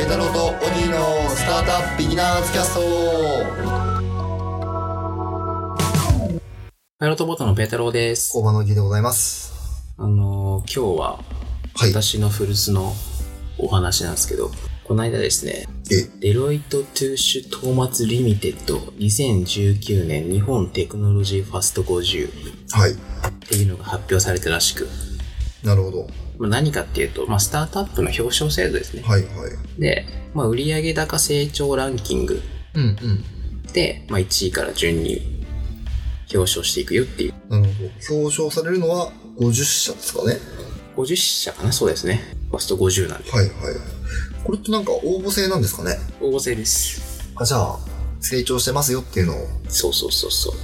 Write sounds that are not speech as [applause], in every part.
イ太郎とオギーのスタートアップビギナーズキャストパイロットボートのペータローです。工場のオギーでございますあのー今日ははい私の古巣のお話なんですけど、この間ですね、えデロイト・トゥーシュ・トーマツ・リミテッド2019年日本テクノロジーファスト50っはいていうのが発表されたらしく、なるほどまあ何かっていうと、まあ、スタートアップの表彰制度ですね。はいはいで、まあ、売上高成長ランキングうんうんで、まあ、1位から順に表彰していくよっていう。なるほど表彰されるのは50社ですかね50社かなそうですね。ファスト50なんで。はいはいこれってなんか応募制なんですかね応募制です。あじゃあ成長してますよっていうのをそうそうそうそう。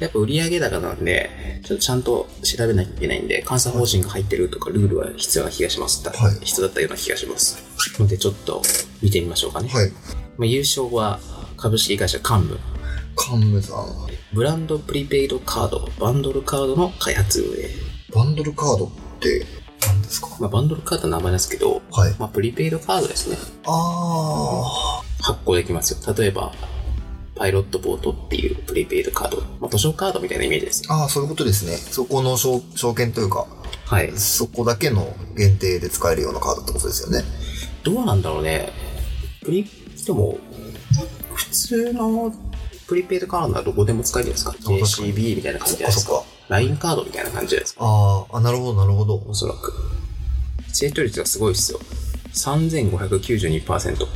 やっぱ売上高なんで、ちょっとちゃんと調べなきゃいけないんで、監査法人が入ってるとかルールは必要な気がします。だはい必要だったような気がします。ので、ちょっと見てみましょうかね。はいまあ、優勝は株式会社幹部、カンムさんブランドプリペイドカード、バンドルカードの開発運営。バンドルカードって何ですかまあ、バンドルカードの名前なんですけど、はいまあ、プリペイドカードですね。あ発行できますよ。例えば、パイロットボートっていうプリペイドカード。まあ、図書カードみたいなイメージですー。ああ、そういうことですね。そこの証証券というか、はい。そこだけの限定で使えるようなカードってことですよね。どうなんだろうね。プリ、でも、普通のプリペイドカードならどこでも使えるんですか確かに ?JCB みたいな感じそっじゃかないでそすっか。か。 LINE カードみたいな感じじゃないですか。あーあ、なるほど、なるほど。おそらく。成長率がすごいっすよ。3592%。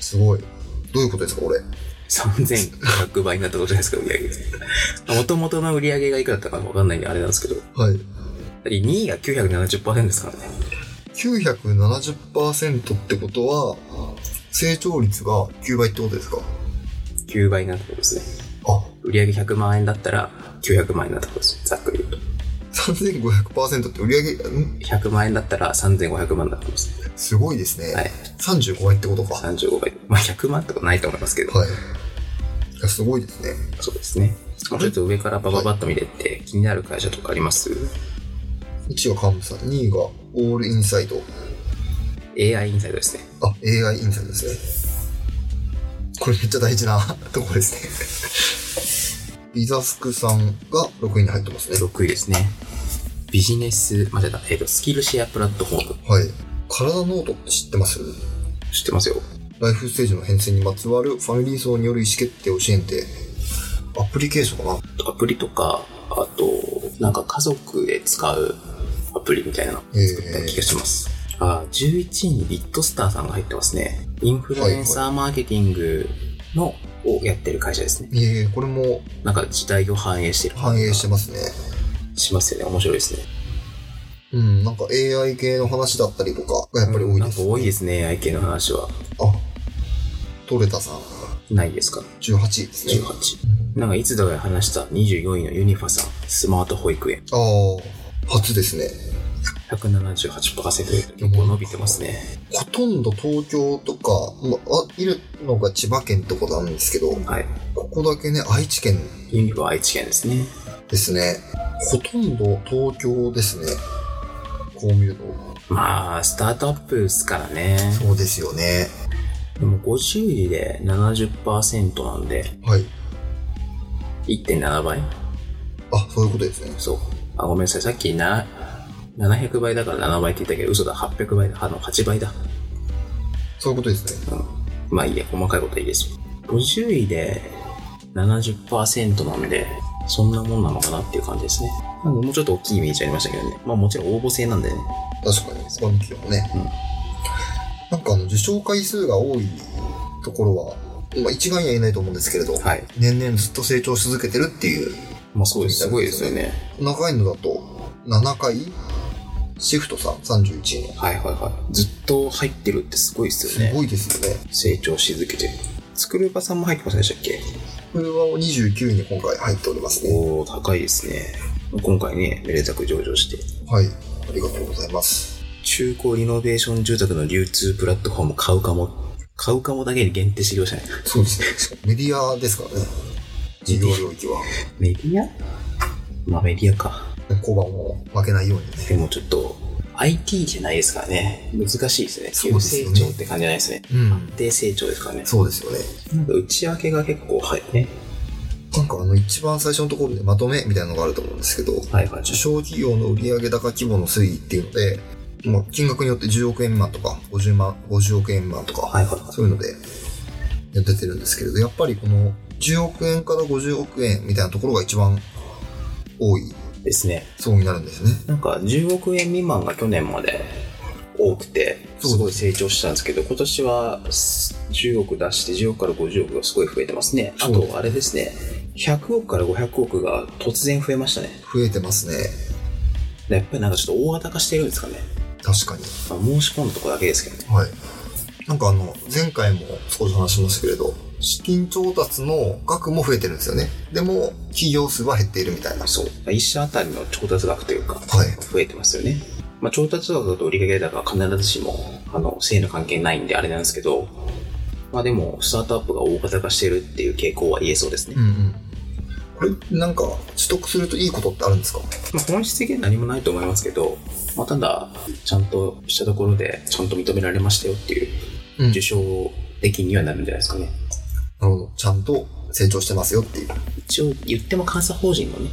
すごい。どういうことですか、これ。 3500倍になったことじゃないですか、売り上げ。もともとの売り上げがいくらだったかわかんないんであれなんですけど。だはい。って2位が970%ですからね。 970%ってことは、成長率が9倍ってことですか9倍になったことですね。あ、売り上げ100万円だったら900万円になったことです。ざっくり言うと。 3500%って売り上げ、ん100万円だったら3500万だったんです。すごいですね。はい。 35倍ってことか。は35倍。まあ、100万とかないと思いますけど。い。いや、すごいですね。そうですね。もうちょっと上からバババッと見てって、気になる会社とかあります1が幹部さん、2がオールインサイド。 ?AI インサイドですね。あ、AI インサイドですね。これめっちゃ大事な [laughs] とこですね。ビザスクさんが6位に入ってますね。 6位ですね。ビジネス、間違えた。えっ、と、スキルシェアプラットフォーム。はい。体ノートって知ってます知ってますよ。ライフステージの変遷にまつわるファミリー層による意思決定を支援って、アプリケーションかなアプリとか、あと、なんか家族で使うアプリみたいなの作った気がします。あー、11位にビットスターさんが入ってますね。インフルエンサーマーケティングの、をやってる会社ですね。いえいえ、これもなんか時代を反映してる反映してますね。しますよね。面白いですね。うん、なんか AI 系の話だったりとかがやっぱり多いなんです。か多いですね、愛系の話は。あ、トレタさん、ないですか18位ですね。 ?18。なんかいつだか話した24位のユニファさん、スマート保育園、ああ、初ですね。 178%。結構伸びてますね。ほとんど東京とか、まあ、いるのが千葉県ってことなんですけど、はい。ここだけね、愛知県ユニフは愛知県ですね。ですね。ほとんど東京ですね。こう見ると。まあ、スタートアップですからね。そうですよね。でも50位で70%なんで、はい。 1.7倍あ、そういうことですね。そう。あ、ごめんなさい。さっきな、700倍だから7倍って言ったけど、嘘だ。800倍だ。あの、8倍だ。そういうことですね。まあいいや、細かいことはいいですよ。50位で70%なんで、そんなもんなのかなっていう感じですね。なんかもうちょっと大きいイメージありましたけどね。まあもちろん応募制なんでね。確かに、そこの企業もね。うんなんかあの、受賞回数が多いところは、まあ、一概には言えないと思うんですけれど、はい。年々ずっと成長し続けてるっていう、まあそうです。すごいですよね。長いのだと、7回シフトさん、31位の。はいはいはい。ずっと入ってるってすごいですすよね。ごいですよね。成長し続けてる。スクルーパさんも入ってませんでしたっけこれは29位に今回入っておりますね。おお高いですね。今回ね、めでたく上場して。はい。ありがとうございます。中古リノベーション住宅の流通プラットフォーム買うかも。買うかもだけに限定してきましたね。そうですね。メディアですからね。事業領域は。メディアまあメディアか。交番も負けないようにね。でもちょっと IT じゃないですからね。難しいですね。そうです成よね長って感じじゃないですね。うん安定成長ですからね。そうですよね。なんか内訳が結構、はい、ね。なんかあの一番最初のところでまとめみたいなのがあると思うんですけど、はいはい。小企業の売上高規模の推移っていうので、まあ、金額によって10億円未満とか50万、50億円未満とか、はいはいはいそういうのでやっててるんですけれど、やっぱりこの10億円から50億円みたいなところが一番多いですね。層になるんですね。なんか10億円未満が去年まで多くて、そうすごい成長したんですけど、今年は10億出して10億から50億がすごい増えてますね。あそうと、あれですね。100億から500億が突然増えましたね。増えてますね。やっぱりなんかちょっと大型化してるんですかね。確かに。まあ、申し込んだとこだけですけどね。はい。なんかあの、前回も少し話しましたけれど、資金調達の額も増えてるんですよね。でも、企業数は減っているみたいな。そう。1社あたりの調達額というか、はい。増えてますよね。まあ、調達額と売上高は必ずしも、あの、性の関係ないんであれなんですけど、まあでも、スタートアップが大型化してるっていう傾向は言えそうですね。うんうん。これ、なんか、取得するといいことってあるんですかまあ、本質的には何もないと思いますけど、まあ、ただ、ちゃんとしたところで、ちゃんと認められましたよっていう、うん受賞的にはなるんじゃないですかね。なるほど。ちゃんと成長してますよっていう。一応、言っても監査法人のね、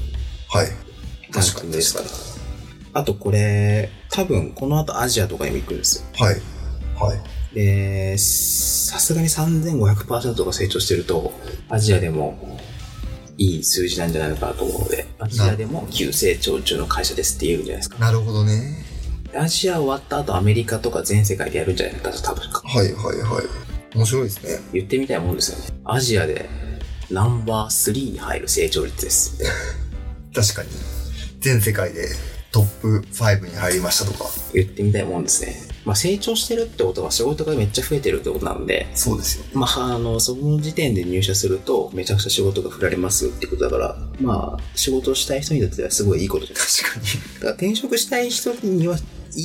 はい。確かにですから。あとこれ、多分この後アジアとかにも行くんですよ。はい。はい。で、さすがに3500%とか成長してると、アジアでもいい数字なんじゃないのかなと思うので、アジアでも急成長中の会社ですって言えるんじゃないですか。なるほどね。アジア終わった後アメリカとか全世界でやるんじゃないのかなと多分はいはいはい。面白いですね。言ってみたいもんですよね。アジアでナンバー3に入る成長率です。確かに。全世界でトップ5に入りましたとか。言ってみたいもんですね。まあ成長してるってことは仕事がめっちゃ増えてるってことなんで、そうですよ。まあ、あの、その時点で入社すると、めちゃくちゃ仕事が振られますよってことだから、まあ、仕事をしたい人にとってはすごいいいことじゃない確かに。だから転職したい人にはい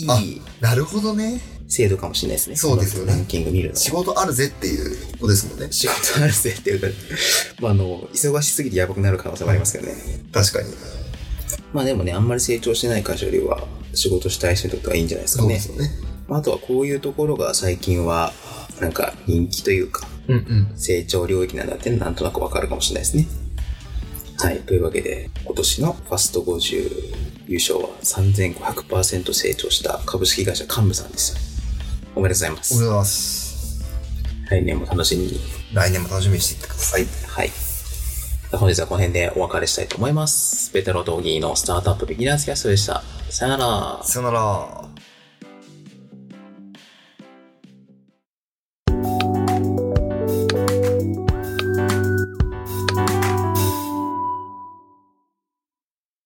あいなるほどね。制度かもしれないですね。そうですよねランキング見るの。仕事あるぜっていうことですもんね。仕事あるぜっていうか、まあ、あの、忙しすぎてやばくなる可能性もありますけどね。確かに。まあでもね、あんまり成長してない会社よりは、仕事したい人にとってはいいんじゃないですかそうねで。すよね。まああとはこういうところが最近は、なんか人気というか、うんうん。成長領域なんだってなんとなくわかるかもしれないですね。はい。というわけで、今年のファスト50優勝は3500%成長した株式会社幹部さんですよ。おめでとうございま。おめですとうございます。来年も楽しみに。来年も楽しみにしていってください。はい。本日はこの辺でお別れしたいと思います。ベテロ道義のスタートアップビギナーズキャストでした。さよなら。さよなら。